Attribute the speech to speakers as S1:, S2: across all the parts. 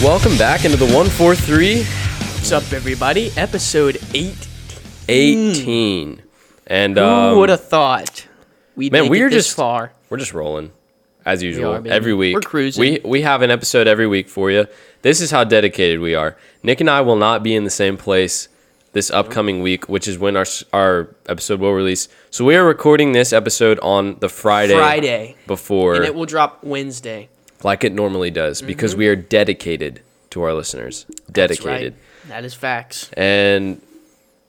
S1: Welcome back into the 143
S2: What's up, everybody? Episode eight.
S1: 18. And
S2: Who
S1: um,
S2: would have thought we'd
S1: man,
S2: make
S1: we
S2: it
S1: are
S2: this
S1: just-
S2: far?
S1: we're just rolling as usual
S2: are, baby.
S1: every week.
S2: We're cruising.
S1: We we have an episode every week for you. This is how dedicated we are. Nick and I will not be in the same place this upcoming week, which is when our s- our episode will release. So we are recording this episode on the Friday
S2: Friday.
S1: before
S2: And it will drop Wednesday.
S1: like it normally does because we are dedicated to our listeners.
S2: That's
S1: Dedicated.
S2: right. That is facts.
S1: and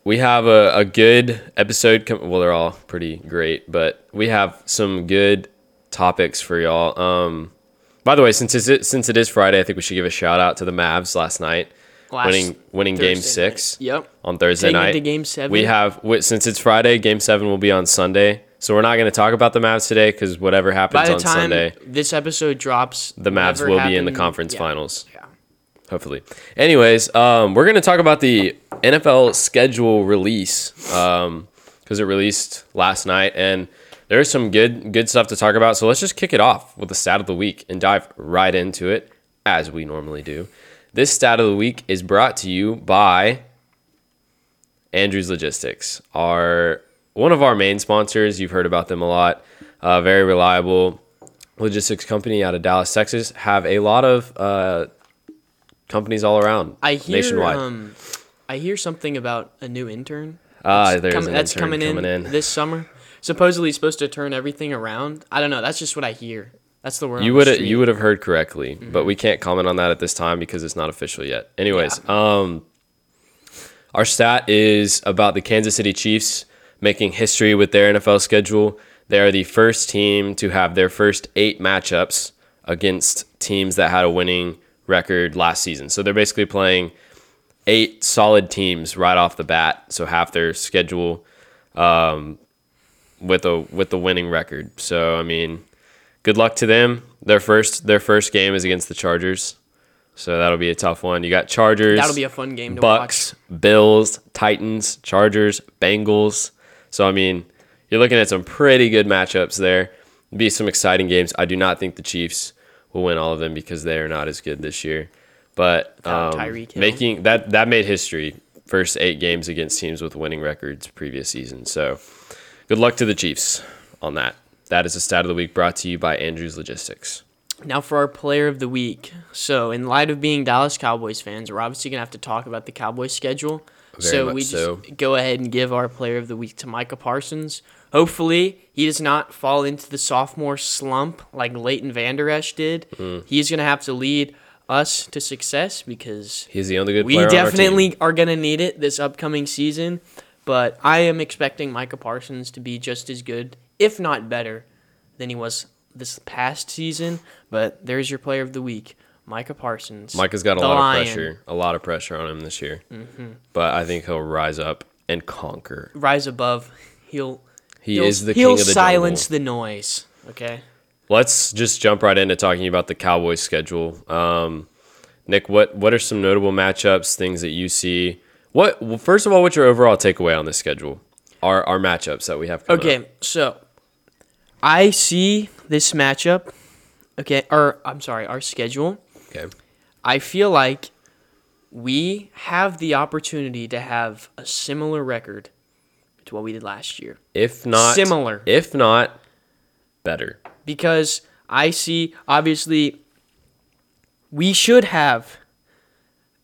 S1: we have a, a good episode. Com- well, they're all pretty great, but we have some good topics for y'all. Um, by the way, since it's, since it is Friday, I think we should give a shout out to the Mavs last night,
S2: Last
S1: winning winning Game
S2: Thursday night.
S1: Six
S2: Yep.
S1: on Thursday
S2: Taking it
S1: night.
S2: to Game Seven.
S1: We have wi- since it's Friday, Game Seven will be on Sunday, so we're not going to talk about the Mavs today because whatever happens
S2: By the
S1: on
S2: time
S1: Sunday,
S2: this episode drops,
S1: the Mavs
S2: whatever
S1: will be in the
S2: happened-
S1: conference
S2: yeah.
S1: finals
S2: Yeah.
S1: hopefully. Anyways, um, we're gonna talk about the NFL schedule release because it released last night, and there's some good good stuff to talk about. So let's just kick it off with the stat of the week and dive right into it as we normally do. This stat of the week is brought to you by Andrews Logistics, our one of our main sponsors. You've heard about them a lot. Uh, very reliable logistics company out of Dallas, Texas. Have a lot of uh, companies all around
S2: I hear.
S1: nationwide.
S2: Um, I hear something about a new intern.
S1: Ah, there's
S2: Come-
S1: an
S2: that's
S1: intern
S2: coming, in, this summer. Supposedly supposed to turn everything around. I don't know. That's just what I hear. That's the word.
S1: you
S2: on the
S1: would
S2: street. Mm-hmm.
S1: you would have heard correctly, but we can't comment on that at this time because it's not official yet. Anyways, um, our stat is about the Kansas City Chiefs making history with their NFL schedule. They are the first team to have their first eight matchups against teams that had a winning record last season. So they're basically playing eight solid teams right off the bat. So half their schedule um, with a with the winning record. So I mean, good luck to them. Their first their first game is against the Chargers. So that'll be a tough one. You got Chargers.
S2: That'll be a fun game to
S1: Bucks, Bills, Titans, Chargers, Bengals. So I mean, you're looking at some pretty good matchups there. Be some exciting games. I do not think the Chiefs will win all of them because they are not as good this year. But
S2: Without
S1: um,
S2: Tyreek Hill.
S1: making that that made history. First eight games against teams with winning records previous season. So good luck to the Chiefs on that. That is the stat of the week brought to you by Andrews Logistics.
S2: Now for our player of the week. So, in light of being Dallas Cowboys fans, we're obviously gonna have to talk about the Cowboys schedule.
S1: Very
S2: so
S1: much
S2: we just
S1: so.
S2: go ahead and give our player of the week to Micah Parsons. Hopefully, he does not fall into the sophomore slump like Leighton Vander Esch did.
S1: Mm.
S2: He's gonna have to lead us to success because
S1: He's the only good
S2: we
S1: player. on our team.
S2: definitely are going to need it this upcoming season, but I am expecting Micah Parsons to be just as good, if not better, than he was this past season. But there's your player of the week, Micah Parsons.
S1: Micah's got a
S2: the
S1: lot
S2: Lion. Mm-hmm.
S1: of pressure, a lot of pressure on him this year. But I think he'll rise up and conquer.
S2: Rise above. He'll
S1: He
S2: he'll,
S1: is the
S2: he'll
S1: king of the
S2: silence
S1: jungle.
S2: the noise. Okay.
S1: Let's just jump right into talking about the Cowboys schedule. Um, Nick, what what are some notable matchups? Things that you see? What well, first of all, what's your overall takeaway on this schedule? Our our matchups that we have. Coming
S2: Okay,
S1: up?
S2: so I see this matchup. Okay, or I'm sorry, our schedule.
S1: Okay.
S2: I feel like we have the opportunity to have a similar record to what we did last year
S1: If not
S2: Similar.
S1: If not better.
S2: because I see obviously we should have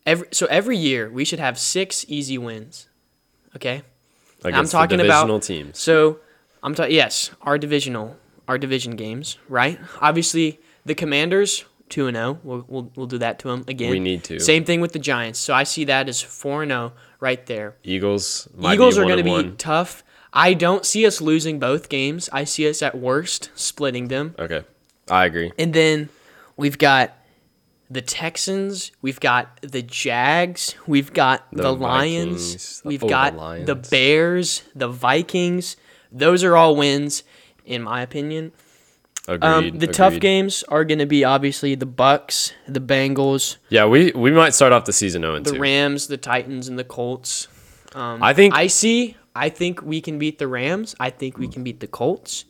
S2: every so every year we should have 6 easy wins. Okay?
S1: Against
S2: I'm talking
S1: the divisional
S2: about
S1: teams.
S2: So, I'm talking yes, our divisional, our division games, right? Obviously, the Commanders two and zero. We'll we'll we'll do that to them again.
S1: We need to.
S2: Same thing with the Giants. So I see that as four and zero right there.
S1: Eagles. Might
S2: Eagles are
S1: going to
S2: be tough. I don't see us losing both games. I see us at worst splitting them.
S1: Okay, I agree.
S2: And then we've got the Texans, we've got the Jags, we've got the,
S1: Vikings.
S2: Lions, we've
S1: Oh, the
S2: got
S1: Lions.
S2: the, Bears, the Vikings. Those are all wins, in my opinion.
S1: Agreed.
S2: Um, the tough
S1: agreed.
S2: games are going to be obviously the Bucks, the Bengals,
S1: Yeah, we we might start off the season 0
S2: the
S1: 2.
S2: Rams, the Titans, and the Colts. Um,
S1: I think- Hmm.
S2: I see. I think we can beat the Rams. I think we can beat the Colts.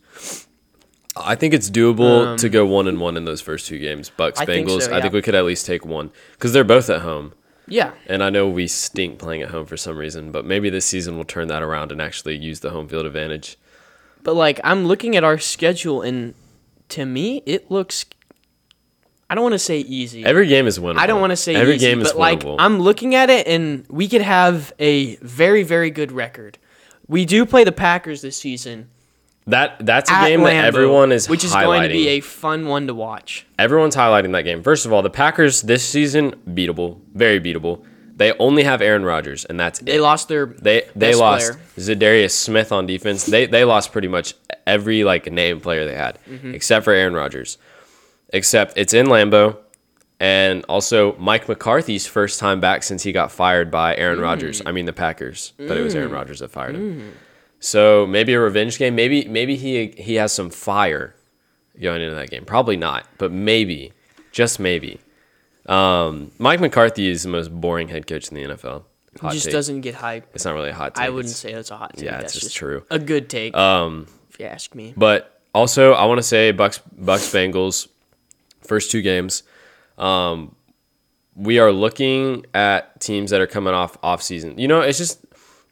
S1: I think it's doable to go one and one in those first two games. Bucks
S2: Um, I think
S1: Bengals.
S2: so,
S1: I think
S2: yeah.
S1: we could at least take one because they're both at home,
S2: Yeah.
S1: and I know we stink playing at home for some reason. But maybe this season we'll turn that around and actually use the home field advantage.
S2: But like I'm looking at our schedule and to me it looks I don't want to say easy.
S1: Every game is winnable.
S2: I don't want to say
S1: every
S2: easy,
S1: game is
S2: but like
S1: winnable.
S2: I'm looking at it and we could have a very very good record. We do play the Packers this season.
S1: that that's a
S2: at
S1: game
S2: Lambeau,
S1: that everyone is
S2: which is
S1: highlighting.
S2: going to be a fun one to watch.
S1: everyone's highlighting that game. First of all, the Packers this season beatable, very beatable. They only have Aaron Rodgers, and that's
S2: They
S1: it.
S2: lost their
S1: They they
S2: best
S1: lost
S2: player.
S1: Zadarius Smith on defense. They they lost pretty much every like name player they had,
S2: Mm-hmm.
S1: except for Aaron Rodgers. Except it's in Lambeau, and also Mike McCarthy's first time back since he got fired by
S2: Mm.
S1: Aaron Rodgers. I mean the Packers, but it was Aaron Rodgers that fired him. So maybe a revenge game. Maybe maybe he he has some fire going into that game. Probably not, but maybe, just maybe. Um, Mike McCarthy is the most boring head coach in the NFL. Hot
S2: just
S1: take.
S2: doesn't get hype.
S1: It's not really a hot take.
S2: I
S1: It's-
S2: wouldn't say that's a hot take.
S1: yeah, it's
S2: that's
S1: just true.
S2: A good take. Um, if you ask me.
S1: But also, I want to say Bucks Bucks Bengals first two games. Um, we are looking at teams that are coming off off season. You know, it's just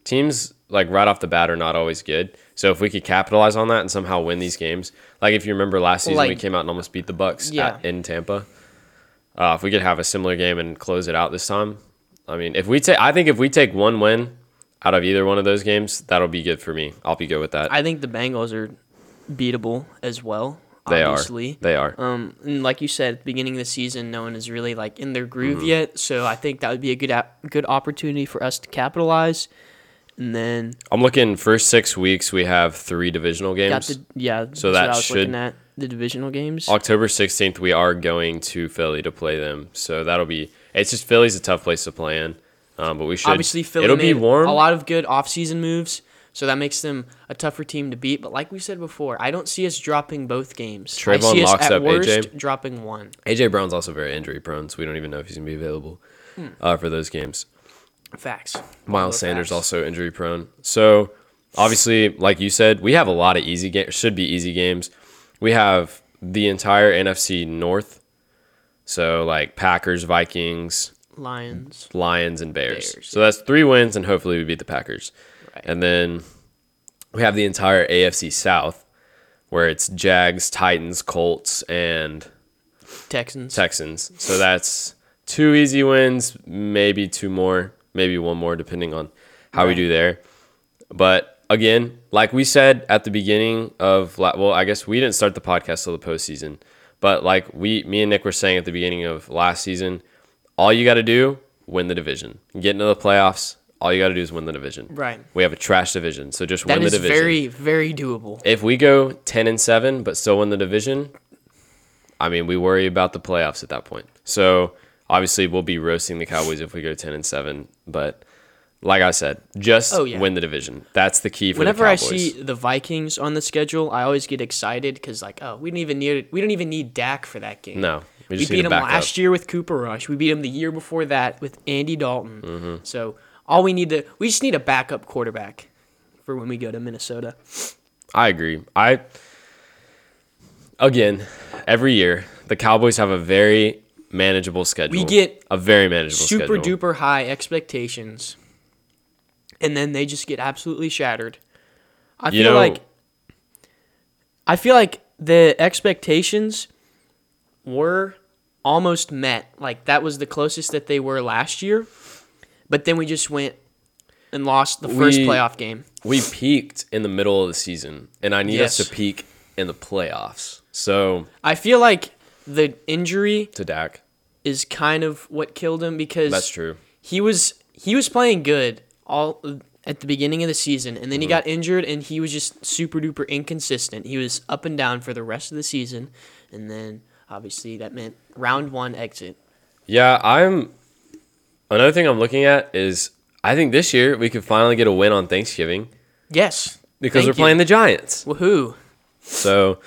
S1: teams like right off the bat are not always good. So if we could capitalize on that and somehow win these games, like if you remember last season, we
S2: Like-
S1: came out and almost beat the Bucks
S2: Yeah.
S1: at, in Tampa. Uh, if we could have a similar game and close it out this time, I mean, if we take, I think if we take one win out of either one of those games, that'll be good for me. I'll be good with that.
S2: I think the Bengals are beatable as well.
S1: they
S2: obviously.
S1: are. They are.
S2: Um, and like you said, at the beginning of the season, no one is really like in their groove
S1: Mm-hmm.
S2: yet. So I think that would be a good ap- good opportunity for us to capitalize. And then
S1: I'm looking first six weeks. We have three divisional
S2: got
S1: games.
S2: the yeah. that's
S1: So
S2: what
S1: that
S2: I was
S1: should-
S2: looking at the divisional games.
S1: October 16th, we are going to Philly to play them. So that'll be. It's just Philly's a tough place to play in, um, but we should.
S2: Obviously, Philly
S1: It'll
S2: made
S1: be warm.
S2: a lot of good offseason moves, so that makes them a tougher team to beat. But like we said before, I don't see us dropping both games.
S1: Trayvon
S2: I see
S1: locks
S2: us at
S1: up
S2: worst
S1: AJ.
S2: dropping one.
S1: AJ Brown's also very injury prone, so we don't even know if he's gonna be available uh, for those games.
S2: Facts.
S1: Miles
S2: Hmm. Those
S1: Sanders
S2: facts.
S1: also injury prone. So obviously, like you said, we have a lot of easy games. Should be easy games. We have the entire NFC North. So like Packers, Vikings,
S2: Lions.
S1: Lions and Bears.
S2: Bears,
S1: so that's three wins, and hopefully we beat the Packers.
S2: Right.
S1: And then we have the entire AFC South, where it's Jags, Titans, Colts, and
S2: Texans.
S1: Texans. So that's two easy wins, maybe two more, maybe one more, depending on how we do there. But again, like we said at the beginning of la- well, I guess we didn't start the podcast till the postseason, but like we, me and Nick were saying at the beginning of last season, all you got to do win the division, get into the playoffs. All you got to do is win the division.
S2: Right.
S1: We have a trash division, so just
S2: That
S1: win the
S2: is
S1: division
S2: very, very doable.
S1: if we go 10 and 7 but still win the division i mean we worry about the playoffs at that point so obviously we'll be roasting the cowboys if we go 10 and 7 but like i said just
S2: Oh, yeah.
S1: win the division that's the key for
S2: Whenever
S1: the
S2: I
S1: cowboys
S2: see the Vikings on the schedule, I always get excited because like, oh, we don't even need we don't even need Dak for that game.
S1: no we
S2: We,
S1: just
S2: beat
S1: need
S2: him
S1: to back
S2: last
S1: up
S2: year with Cooper Rush. We beat him the year before that with Andy Dalton.
S1: Mm-hmm.
S2: So all we need to we just need a backup quarterback for when we go to Minnesota.
S1: i agree i again every year the cowboys have a very manageable schedule
S2: get
S1: a very manageable
S2: Super
S1: schedule.
S2: duper high expectations, and then they just get absolutely shattered. I
S1: You
S2: feel
S1: know-
S2: like I feel like the expectations were almost met. Like that was the closest that they were last year, but then we just went and lost the first
S1: We-
S2: playoff game.
S1: we peaked in the middle of the season and i need us
S2: Yes.
S1: to peak in the playoffs so
S2: I feel like the injury
S1: to Dak.
S2: is kind of what killed him because
S1: That's true.
S2: He was he was playing good all at the beginning of the season, and then
S1: Mm-hmm.
S2: he got injured, and he was just super duper inconsistent. He was up and down for the rest of the season, and then obviously that meant round one exit.
S1: Yeah, I'm. Another thing I'm looking at is I think this year we could finally get a win on Thanksgiving
S2: Yes,
S1: because
S2: Thank
S1: we're playing the Giants.
S2: you. Woohoo!
S1: So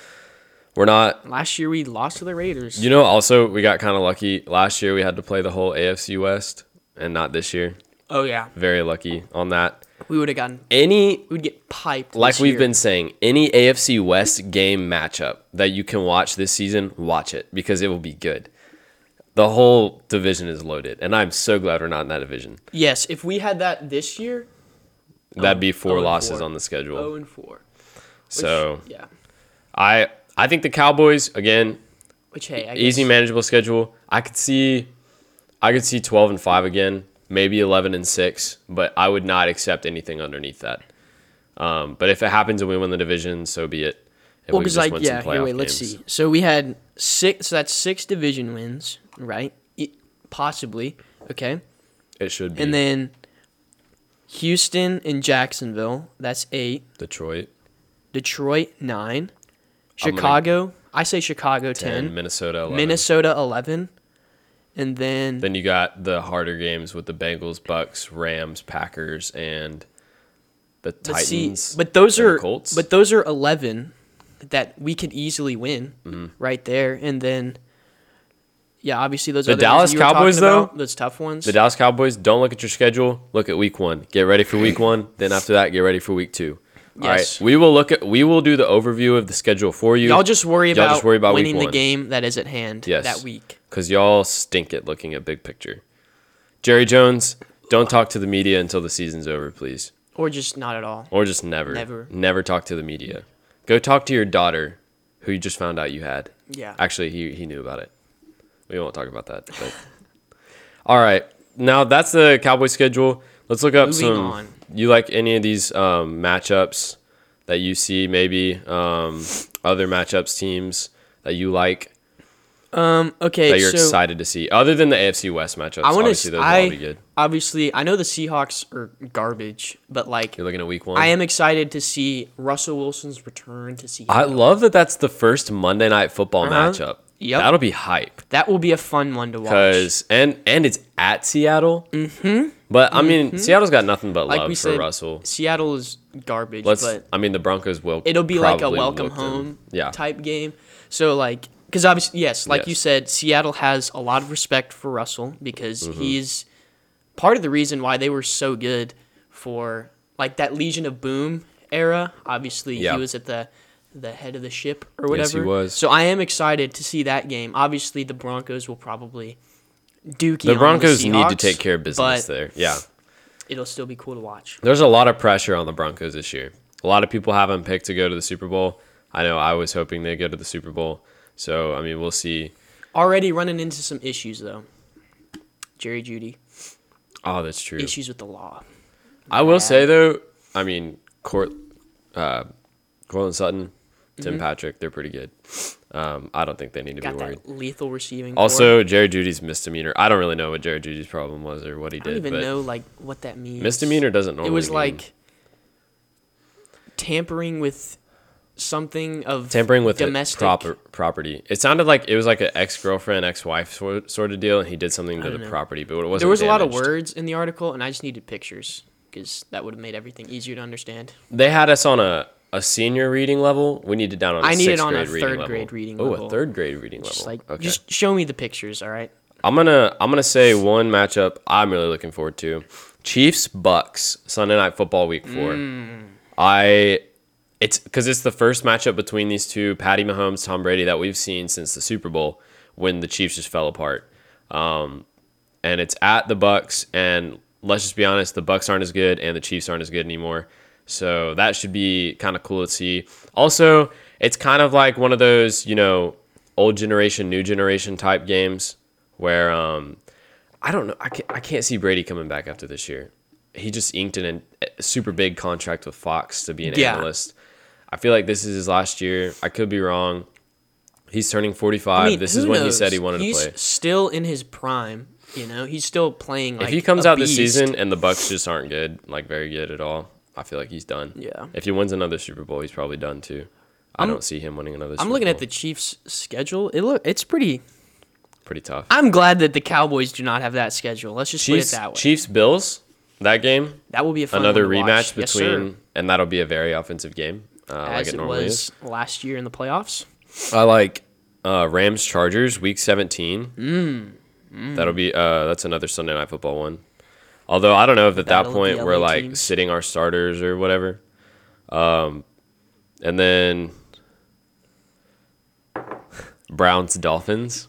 S1: we're not.
S2: Last year we lost to the Raiders.
S1: You know, also we got kind of lucky last year. We had to play the whole AFC West, and not this year.
S2: Oh yeah,
S1: Very lucky on that.
S2: We would have gotten
S1: Any
S2: we would get piped.
S1: like
S2: this
S1: we've
S2: year.
S1: been saying, any AFC West game matchup that you can watch this season, watch it because it will be good. The whole division is loaded, and I'm so glad we're not in that division.
S2: Yes, if we had that this year,
S1: That'd be four
S2: oh and
S1: losses
S2: four. Oh,
S1: on the schedule.
S2: zero and four. Which,
S1: so
S2: yeah,
S1: I I think the Cowboys again
S2: which hey, I guess,
S1: easy manageable schedule. I could see I could see 12 and 5 again, maybe 11 and 6, but I would not accept anything underneath that. Um, but if it happens and we win the division, so be it. And
S2: Well,
S1: we
S2: because
S1: just
S2: like
S1: win some
S2: yeah, here,
S1: playoff
S2: wait, let's
S1: games.
S2: see. So we had six. So that's six division wins, right? E- possibly, okay.
S1: It should be
S2: And then Houston and Jacksonville. That's eight.
S1: Detroit
S2: Detroit nine.
S1: I'm gonna-
S2: Chicago. I say Chicago
S1: 10,
S2: ten.
S1: Minnesota 11.
S2: Minnesota eleven. And then
S1: Then you got the harder games with the Bengals, Bucks, Rams, Packers and the
S2: But see,
S1: Titans.
S2: But those
S1: and the
S2: are
S1: Colts.
S2: but those are eleven that we could easily win
S1: Mm-hmm.
S2: right there, and then yeah, obviously those
S1: The
S2: other
S1: Dallas
S2: ones you were
S1: Cowboys,
S2: talking
S1: though?
S2: about, those tough ones.
S1: The Dallas Cowboys, don't look at your schedule. Look at week one. Get ready for week one. Then after that, get ready for week two. All right.
S2: Yes.
S1: We will look at we will do the overview of the schedule for you.
S2: y'all just worry
S1: Y'all
S2: about,
S1: just worry about week
S2: winning the
S1: one.
S2: game that is at hand
S1: Yes.
S2: that week.
S1: because y'all stink at looking at big picture. Jerry Jones, don't talk to the media until the season's over, please.
S2: Or just not at all.
S1: Or just never.
S2: Never.
S1: Never talk to the media. Go talk to your daughter, who you just found out you had.
S2: Yeah.
S1: Actually, he, he knew about it. We won't talk about that. But. All right. Now that's the Cowboy schedule. Let's look up
S2: Moving
S1: some.
S2: on.
S1: You like any of these um, matchups that you see? Maybe um, other matchups teams that you like
S2: Um. Okay.
S1: that you're
S2: so
S1: excited to see, other than the AFC West matchups.
S2: I want
S1: obviously
S2: to.
S1: those will all be
S2: I
S1: good.
S2: obviously I know the Seahawks are garbage, but like
S1: You're looking at week one.
S2: I am excited to see Russell Wilson's return to Seattle.
S1: I love that. That's the first Monday night football
S2: Uh-huh.
S1: matchup.
S2: Yep.
S1: That'll be hype.
S2: that will be a fun one to watch.
S1: Because and and it's at Seattle. Mm-hmm. But I mean, Seattle's got nothing but
S2: Mm-hmm. Like
S1: love
S2: we
S1: for
S2: said,
S1: Russell.
S2: Seattle is garbage,
S1: Let's.
S2: but
S1: I mean, the Broncos will.
S2: it'll be like a
S1: probably
S2: welcome
S1: look to-
S2: home
S1: Yeah.
S2: type game. So like because obviously yes, like you
S1: Yes.
S2: said, Seattle has a lot of respect for Russell because
S1: Mm-hmm.
S2: he's part of the reason why they were so good for like that Legion of Boom era. Obviously,
S1: Yeah.
S2: he was at the the head of the ship or whatever.
S1: Yes, he was.
S2: So I am excited to see that game. Obviously, the Broncos will probably dookie.
S1: The Broncos
S2: on the
S1: need to
S2: Seahawks,
S1: take care of business
S2: but
S1: there. Yeah.
S2: It'll still be cool to watch.
S1: There's a lot of pressure on the Broncos this year. A lot of people have them picked to go to the Super Bowl. I know I was hoping they go to the Super Bowl. So, I mean, we'll see.
S2: Already running into some issues though. Jerry Judy
S1: Oh, that's true.
S2: issues with the law.
S1: I will say, though, I mean, Court, uh, Cortland Sutton, Tim Patrick, they're pretty good. Um, I don't think they need to
S2: Mm-hmm. Got
S1: be worried.
S2: that lethal receiving. core.
S1: Also, Jared Judy's misdemeanor. I don't really know what Jared Judy's problem was or what he
S2: I don't
S1: did.
S2: even
S1: but
S2: know like what that means.
S1: Misdemeanor doesn't normally.
S2: It was
S1: mean-
S2: like tampering with something of
S1: tampering with domestic
S2: domestic
S1: proper, property. It sounded like it was like an ex girlfriend, ex wife sort, sort of deal, and he did something to
S2: don't
S1: the
S2: know.
S1: property, but it wasn't.
S2: There was a lot of
S1: damaged.
S2: words in the article, and I just needed pictures because that would have made everything easier to understand.
S1: They had us on a, a senior reading level. We needed down on. I
S2: I needed
S1: needed
S2: on a
S1: grade reading
S2: third
S1: level.
S2: grade reading
S1: Oh, a
S2: level.
S1: third grade reading level.
S2: Just like,
S1: okay.
S2: just show me the pictures, all right?
S1: I'm gonna I'm gonna say one matchup I'm really looking forward to. Chiefs Bucks Sunday Night Football Week Four.
S2: Mm.
S1: I it's because it's the first matchup between these two Patty Mahomes Tom Brady that we've seen since the Super Bowl when the Chiefs just fell apart. Um, and it's at the Bucks and let's just be honest the Bucks aren't as good and the Chiefs aren't as good anymore. So that should be kind of cool to see. Also, it's kind of like one of those you know old generation new generation type games where um, I don't know. I can't, I can't see Brady coming back after this year. He just inked an, a super big contract with Fox to be an
S2: Yeah.
S1: analyst. I feel like this is his last year. I could be wrong. He's turning 45.
S2: I
S1: Uh,
S2: mean,
S1: this
S2: who
S1: is when he
S2: knows?
S1: said he wanted
S2: He's
S1: to play.
S2: still in his prime, you know. He's still playing. Like,
S1: if he comes
S2: a
S1: out this
S2: beast.
S1: season and the Bucks just aren't good, like very good at all, I feel like he's done.
S2: Yeah.
S1: If he wins another Super Bowl, he's probably done too. I don't see him winning another.
S2: I'm
S1: Super
S2: looking at
S1: Bowl.
S2: the Chiefs' schedule. It look it's pretty
S1: pretty tough.
S2: I'm glad that the Cowboys do not have that schedule. Let's just
S1: Chiefs,
S2: put it that way.
S1: Chiefs Bills. That game,
S2: that will be a fun
S1: another
S2: one to
S1: rematch
S2: watch. Yes, sir.
S1: between, and that'll be a very offensive game, uh, like
S2: as
S1: it
S2: it,
S1: normally is.
S2: was last year in the playoffs.
S1: I like uh, Rams Chargers week 17. Mm. That'll be uh, that's another Sunday night football one. Although I don't know if at that
S2: Battle of the
S1: point we're
S2: LA
S1: like
S2: teams.
S1: sitting our starters or whatever. Um, and then Browns Dolphins.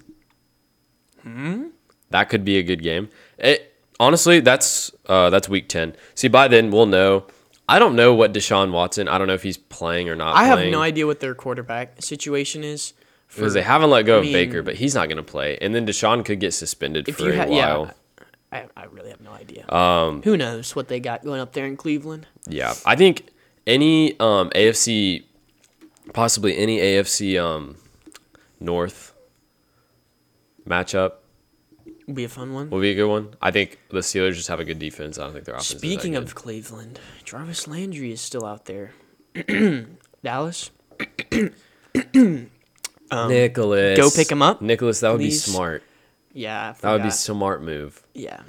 S1: Hmm.
S2: Hmm?
S1: That could be a good game. It, honestly, that's uh, that's week ten. See, by then we'll know. I don't know what Deshaun Watson. I don't know if he's playing or not.
S2: I have
S1: playing
S2: no idea what their quarterback situation is. For,
S1: because they haven't let go
S2: I
S1: of
S2: mean-
S1: Baker, but he's not going to play. And then Deshaun could get suspended
S2: if
S1: for
S2: you
S1: a
S2: ha-
S1: while.
S2: yeah, I, I really have no idea. Um, who knows what they got going up there in Cleveland?
S1: Yeah, I think any um, AFC, possibly any AFC um, North matchup
S2: Would be a fun one.
S1: will be a good one. I think the Steelers just have a good defense. I don't think their offense. is that
S2: Speaking
S1: good.
S2: of Cleveland, Jarvis Landry is still out there. Dallas,
S1: Nicholas,
S2: um, go pick him up,
S1: Nicholas. That would
S2: please.
S1: be smart.
S2: yeah, I
S1: That would be
S2: forgot.
S1: smart move.
S2: yeah.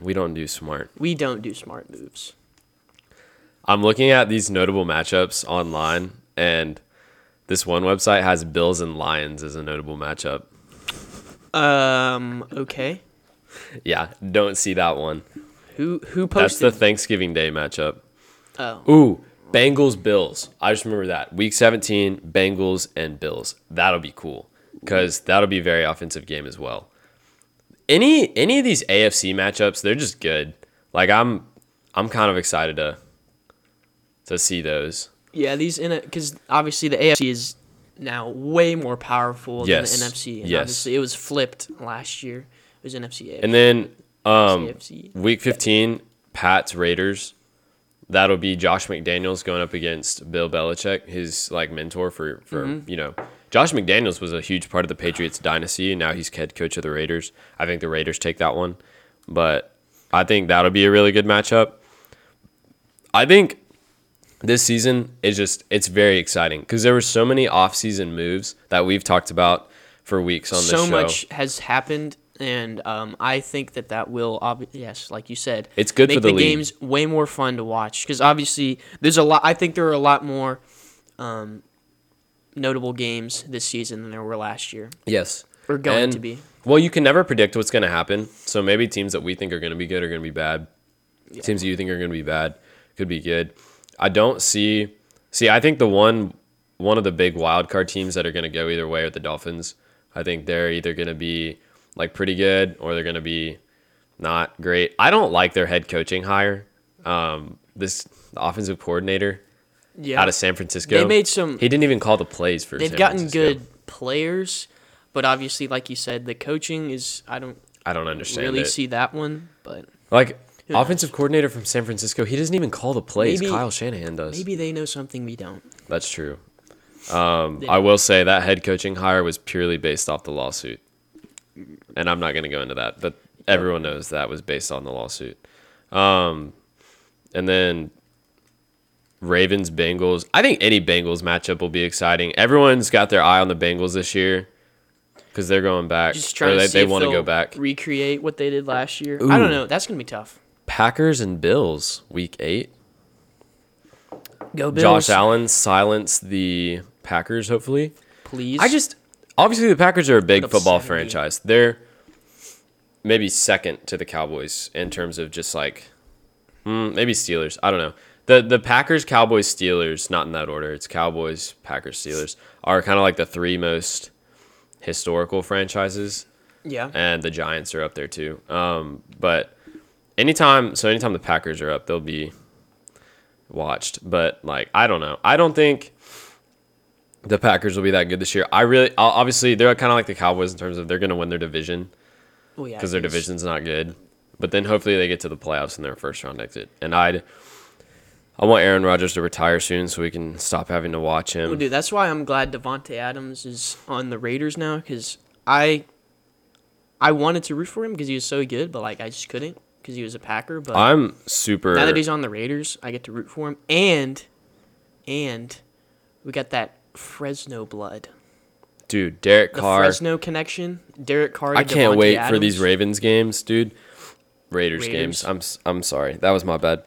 S1: We don't do smart.
S2: We don't do smart moves.
S1: I'm looking at these notable matchups online, and this one website has Bills and Lions as a notable matchup.
S2: Um. Okay.
S1: Yeah, don't see that one.
S2: Who who
S1: That's the
S2: posted?
S1: Thanksgiving Day matchup.
S2: oh,
S1: Ooh, Bengals Bills. I just remember that. Week 17, Bengals and Bills. That'll be cool cuz that'll be a very offensive game as well. Any any of these AFC matchups, they're just good. Like I'm I'm kind of excited to to see those.
S2: yeah. These in it because obviously the AFC is now way more powerful
S1: Yes.
S2: than the NFC. And
S1: Yes.
S2: Obviously, it was flipped last year. It was NFC. AFC.
S1: And then um
S2: AFC.
S1: week 15, Pats Raiders. That'll be Josh McDaniels going up against Bill Belichick, his like mentor for for
S2: Mm-hmm.
S1: you know. Josh McDaniels was a huge part of the Patriots dynasty, and now he's head coach of the Raiders. I think the Raiders take that one, but I think that'll be a really good matchup. I think this season is just it's very exciting because there were so many offseason moves that we've talked about for weeks on
S2: so
S1: this show.
S2: much has happened, and um, I think that that will obvi- yes, like you said,
S1: It's good
S2: make
S1: for the league.
S2: games way more fun to watch because obviously there's a lot. I think there are a lot more um, notable games this season than there were last year.
S1: Yes.
S2: Or going to be.
S1: Well, you can never predict what's going to happen. So maybe teams that we think are going to be good are going to be bad. Teams that you think are going to be bad could be good. I don't see. See, I think the one one of the big wild card teams that are going to go either way are the Dolphins. I think they're either going to be like pretty good or they're going to be not great. I don't like their head coaching hire. Um, this the offensive coordinator
S2: Yeah,
S1: out of San Francisco.
S2: They made some-
S1: He didn't even call the plays for.
S2: they've
S1: San
S2: gotten
S1: Francisco.
S2: good players, but obviously, like you said, the coaching is I don't
S1: I don't understand.
S2: really
S1: it.
S2: see that one. But
S1: Like offensive coordinator from San Francisco, he doesn't even call the plays.
S2: Maybe-
S1: Kyle Shanahan does.
S2: maybe they know something we don't.
S1: That's true. Um, I will say that head coaching hire was purely based off the lawsuit, and I'm not going to go into that. But everyone knows that was based on the lawsuit. Um, and then Ravens Bengals. I think any Bengals matchup will be exciting. Everyone's got their eye on the Bengals this year because they're going back.
S2: Just trying
S1: or they,
S2: to see
S1: they
S2: if
S1: wanna go
S2: they'll
S1: back.
S2: recreate what they did last year. I
S1: Ooh.
S2: don't know. That's gonna be tough.
S1: Packers and Bills, Week Eight.
S2: Go Bills,
S1: Josh Allen silence the Packers, hopefully.
S2: please.
S1: I just obviously the Packers are a big
S2: up
S1: football
S2: 70.
S1: franchise. They're maybe second to the Cowboys in terms of just like mm, maybe Steelers. I don't know. The the Packers, Cowboys, Steelers, not in that order. It's Cowboys, Packers, Steelers are kind of like the three most historical franchises
S2: yeah.
S1: and the Giants are up there too. Um, but anytime, so anytime the Packers are up, they'll be watched. But like, I don't know. I don't think the Packers will be that good this year. I really, o- obviously, they're kind of like the Cowboys in terms of they're going to win their division
S2: Well, Oh, yeah,
S1: because their
S2: it's-
S1: division's not good. But then hopefully they get to the playoffs in their first round exit. And I'd, I want Aaron Rodgers to retire soon so we can stop having to watch him.
S2: Well, dude, that's why I'm glad Devonte Adams is on the Raiders now because I, I wanted to root for him because he was so good, but like I just couldn't because he was a Packer. But
S1: I'm super.
S2: now that he's on the Raiders, I get to root for him, and, and, we got that Fresno blood,
S1: dude, Derek
S2: the
S1: Carr.
S2: Fresno connection, Derek Carr. to
S1: I can't
S2: Devontae
S1: wait for
S2: Adams.
S1: these Ravens games, dude. Raiders,
S2: Raiders.
S1: games. I'm s- I'm sorry. That was my bad.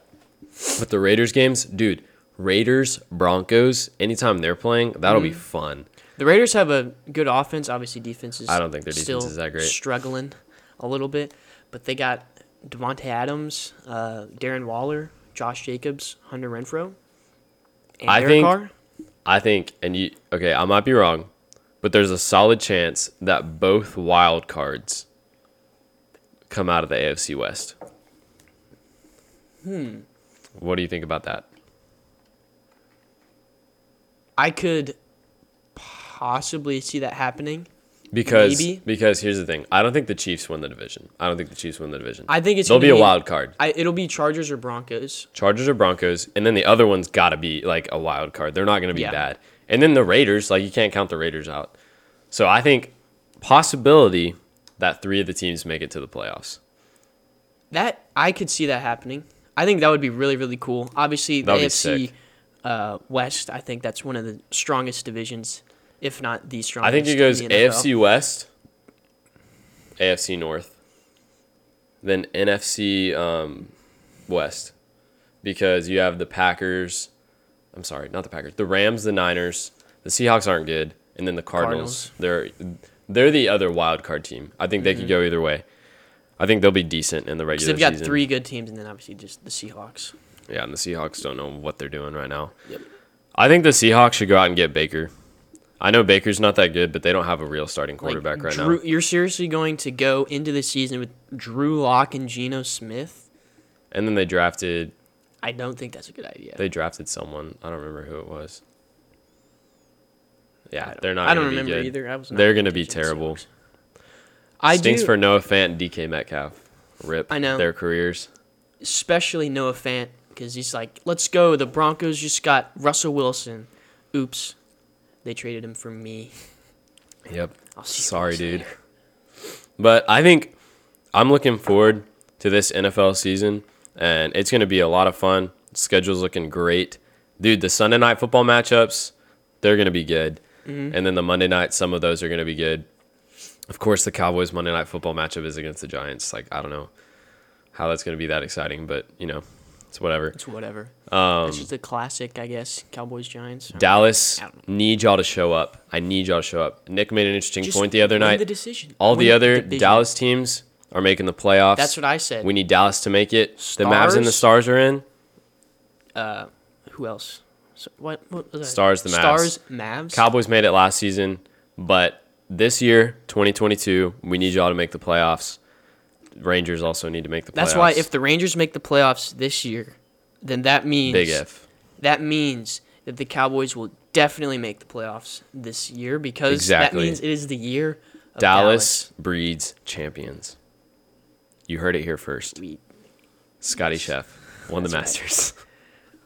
S1: But the Raiders games, dude. Raiders, Broncos, anytime they're playing, that'll
S2: Mm-hmm.
S1: be fun.
S2: The Raiders have a good offense. Obviously, defense is.
S1: I don't think their defense is that great.
S2: Struggling a little bit, but they got Devonte Adams, uh, Darren Waller, Josh Jacobs, Hunter Renfro, and
S1: I
S2: Derek
S1: think-
S2: Carr.
S1: I think, and you, okay, I might be wrong, but there's a solid chance that both wild cards come out of the AFC West. Hmm. What do you think about that?
S2: I could possibly see that happening.
S1: Because
S2: Maybe.
S1: because here's the thing, I don't think the Chiefs win the division. I don't think the Chiefs win the division.
S2: I think it's
S1: They'll
S2: gonna
S1: be a wild card.
S2: I, it'll be Chargers or Broncos.
S1: Chargers or Broncos, and then the other one's got to be like a wild card. They're not going to be
S2: Yeah.
S1: bad. And then the Raiders, like you can't count the Raiders out. So I think possibility that three of the teams make it to the playoffs.
S2: That I could see that happening. I think that would be really really cool. Obviously, the
S1: That'd be
S2: AFC
S1: sick.
S2: uh, West. I think that's one of the strongest divisions, if not the strongest.
S1: I think it
S2: in
S1: goes
S2: the NFL.
S1: AFC West, AFC North, then NFC um, West, because you have the Packers. I'm sorry, not the Packers. The Rams, the Niners, the Seahawks aren't good, and then the Cardinals. They're they're the other wild card team. I think they could go either way. I think they'll be decent in the
S2: So
S1: regular
S2: they've Mm-hmm. got
S1: season.
S2: three good teams, and then obviously just the Seahawks.
S1: Yeah, and the Seahawks don't know what they're doing right now.
S2: Yep.
S1: I think the Seahawks should go out and get Baker. I know Baker's not that good, but they don't have a real starting
S2: Like,
S1: quarterback right now.
S2: Drew, You're seriously going to go into the season with Drew Lock and Geno Smith?
S1: And then they drafted
S2: I don't think that's a good idea.
S1: they drafted someone. I don't remember who it was.
S2: I
S1: Yeah,
S2: don't-
S1: they're not.
S2: I don't
S1: gonna be
S2: remember
S1: good.
S2: either. I was not
S1: They're gonna
S2: paying
S1: be
S2: attention to
S1: terrible.
S2: Seahawks. I
S1: Stinks
S2: do,
S1: for Noah Fant and DK Metcalf. Rip.
S2: I know.
S1: their careers.
S2: especially Noah Fant, because he's like, let's go. The Broncos just got Russell Wilson. Oops, they traded him for me.
S1: Yep.
S2: I'll see you
S1: Sorry,
S2: guys
S1: dude.
S2: later.
S1: But I think I'm looking forward to this NFL season, and it's going to be a lot of fun. Schedule's looking great. Dude, the Sunday night football matchups, they're going to be good.
S2: Mm-hmm.
S1: And then the Monday night, some of those are going to be good. Of course, the Cowboys Monday night football matchup is against the Giants. Like, I don't know how that's going to be that exciting, but, you know, it's whatever.
S2: It's whatever.
S1: Um,
S2: it's just a classic, I guess. Cowboys Giants.
S1: Dallas,
S2: Out.
S1: need y'all to show up. I need y'all to show up. Nick made an interesting
S2: Just
S1: point the other
S2: win
S1: night.
S2: The decision.
S1: All
S2: Win
S1: the other
S2: division.
S1: Dallas teams are making the playoffs.
S2: That's what I said.
S1: We need Dallas to make it. The Mavs and the Stars are in.
S2: Who else? So, what, what was that?
S1: Stars, the Mavs.
S2: Stars, Mavs.
S1: Cowboys made it last season, but this year, 2022, we need y'all to make the playoffs. Rangers also need to make the playoffs.
S2: That's why if the Rangers make the playoffs this year, then that means
S1: big if
S2: that means that the Cowboys will definitely make the playoffs this year because
S1: Exactly.
S2: that means it is the year of
S1: Dallas, breeds champions. You heard it here first.
S2: We
S1: Scotty Chef won the
S2: That's right.
S1: Masters.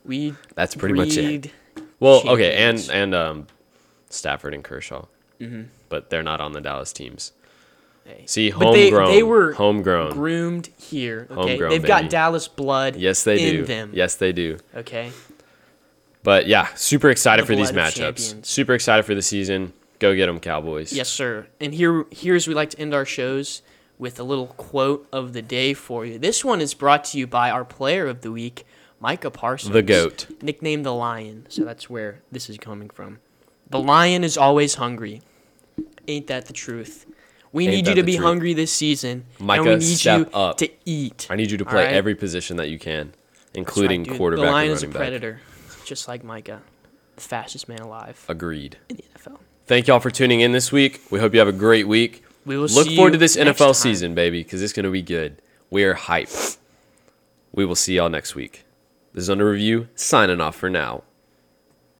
S2: we
S1: That's pretty much it.
S2: breed-
S1: Well, okay, and
S2: champions.
S1: and um, Stafford and Kershaw, but they're not on the Dallas teams.
S2: Mm-hmm. Hey.
S1: See,
S2: But they-
S1: homegrown,
S2: they were
S1: homegrown.
S2: groomed here. Okay,
S1: Homegrown,
S2: they've got
S1: baby.
S2: Dallas blood.
S1: yes, they
S2: in
S1: do.
S2: Them.
S1: Yes, they do.
S2: Okay.
S1: But yeah, super excited
S2: The
S1: for these
S2: blood of
S1: matchups.
S2: champions.
S1: Super excited for the season. Go get them, Cowboys.
S2: Yes, sir. And here, here's we like to end our shows with a little quote of the day for you. This one is brought to you by our player of the week, Micah Parsons,
S1: The goat.
S2: nicknamed the Lion. So that's where this is coming from. The Lion is always hungry. Ain't that the truth? We
S1: Ain't
S2: need you
S1: that
S2: to
S1: the
S2: be
S1: truth.
S2: hungry this season, and we
S1: Micah,
S2: need
S1: step
S2: you
S1: up.
S2: to eat.
S1: I need you to
S2: All
S1: play
S2: right?
S1: every position that you can,
S2: That's right,
S1: including
S2: dude.
S1: quarterback
S2: The Lion
S1: and
S2: is a
S1: running back.
S2: predator, just like Micah, the fastest man alive
S1: Agreed.
S2: in the NFL.
S1: Thank y'all for tuning in this week. We hope you have a great week.
S2: We will
S1: Look
S2: see
S1: forward to
S2: you
S1: this
S2: next
S1: NFL
S2: time.
S1: season, baby, because it's going to be good. We are hype. We will see y'all next week. This is Under Review, signing off for now.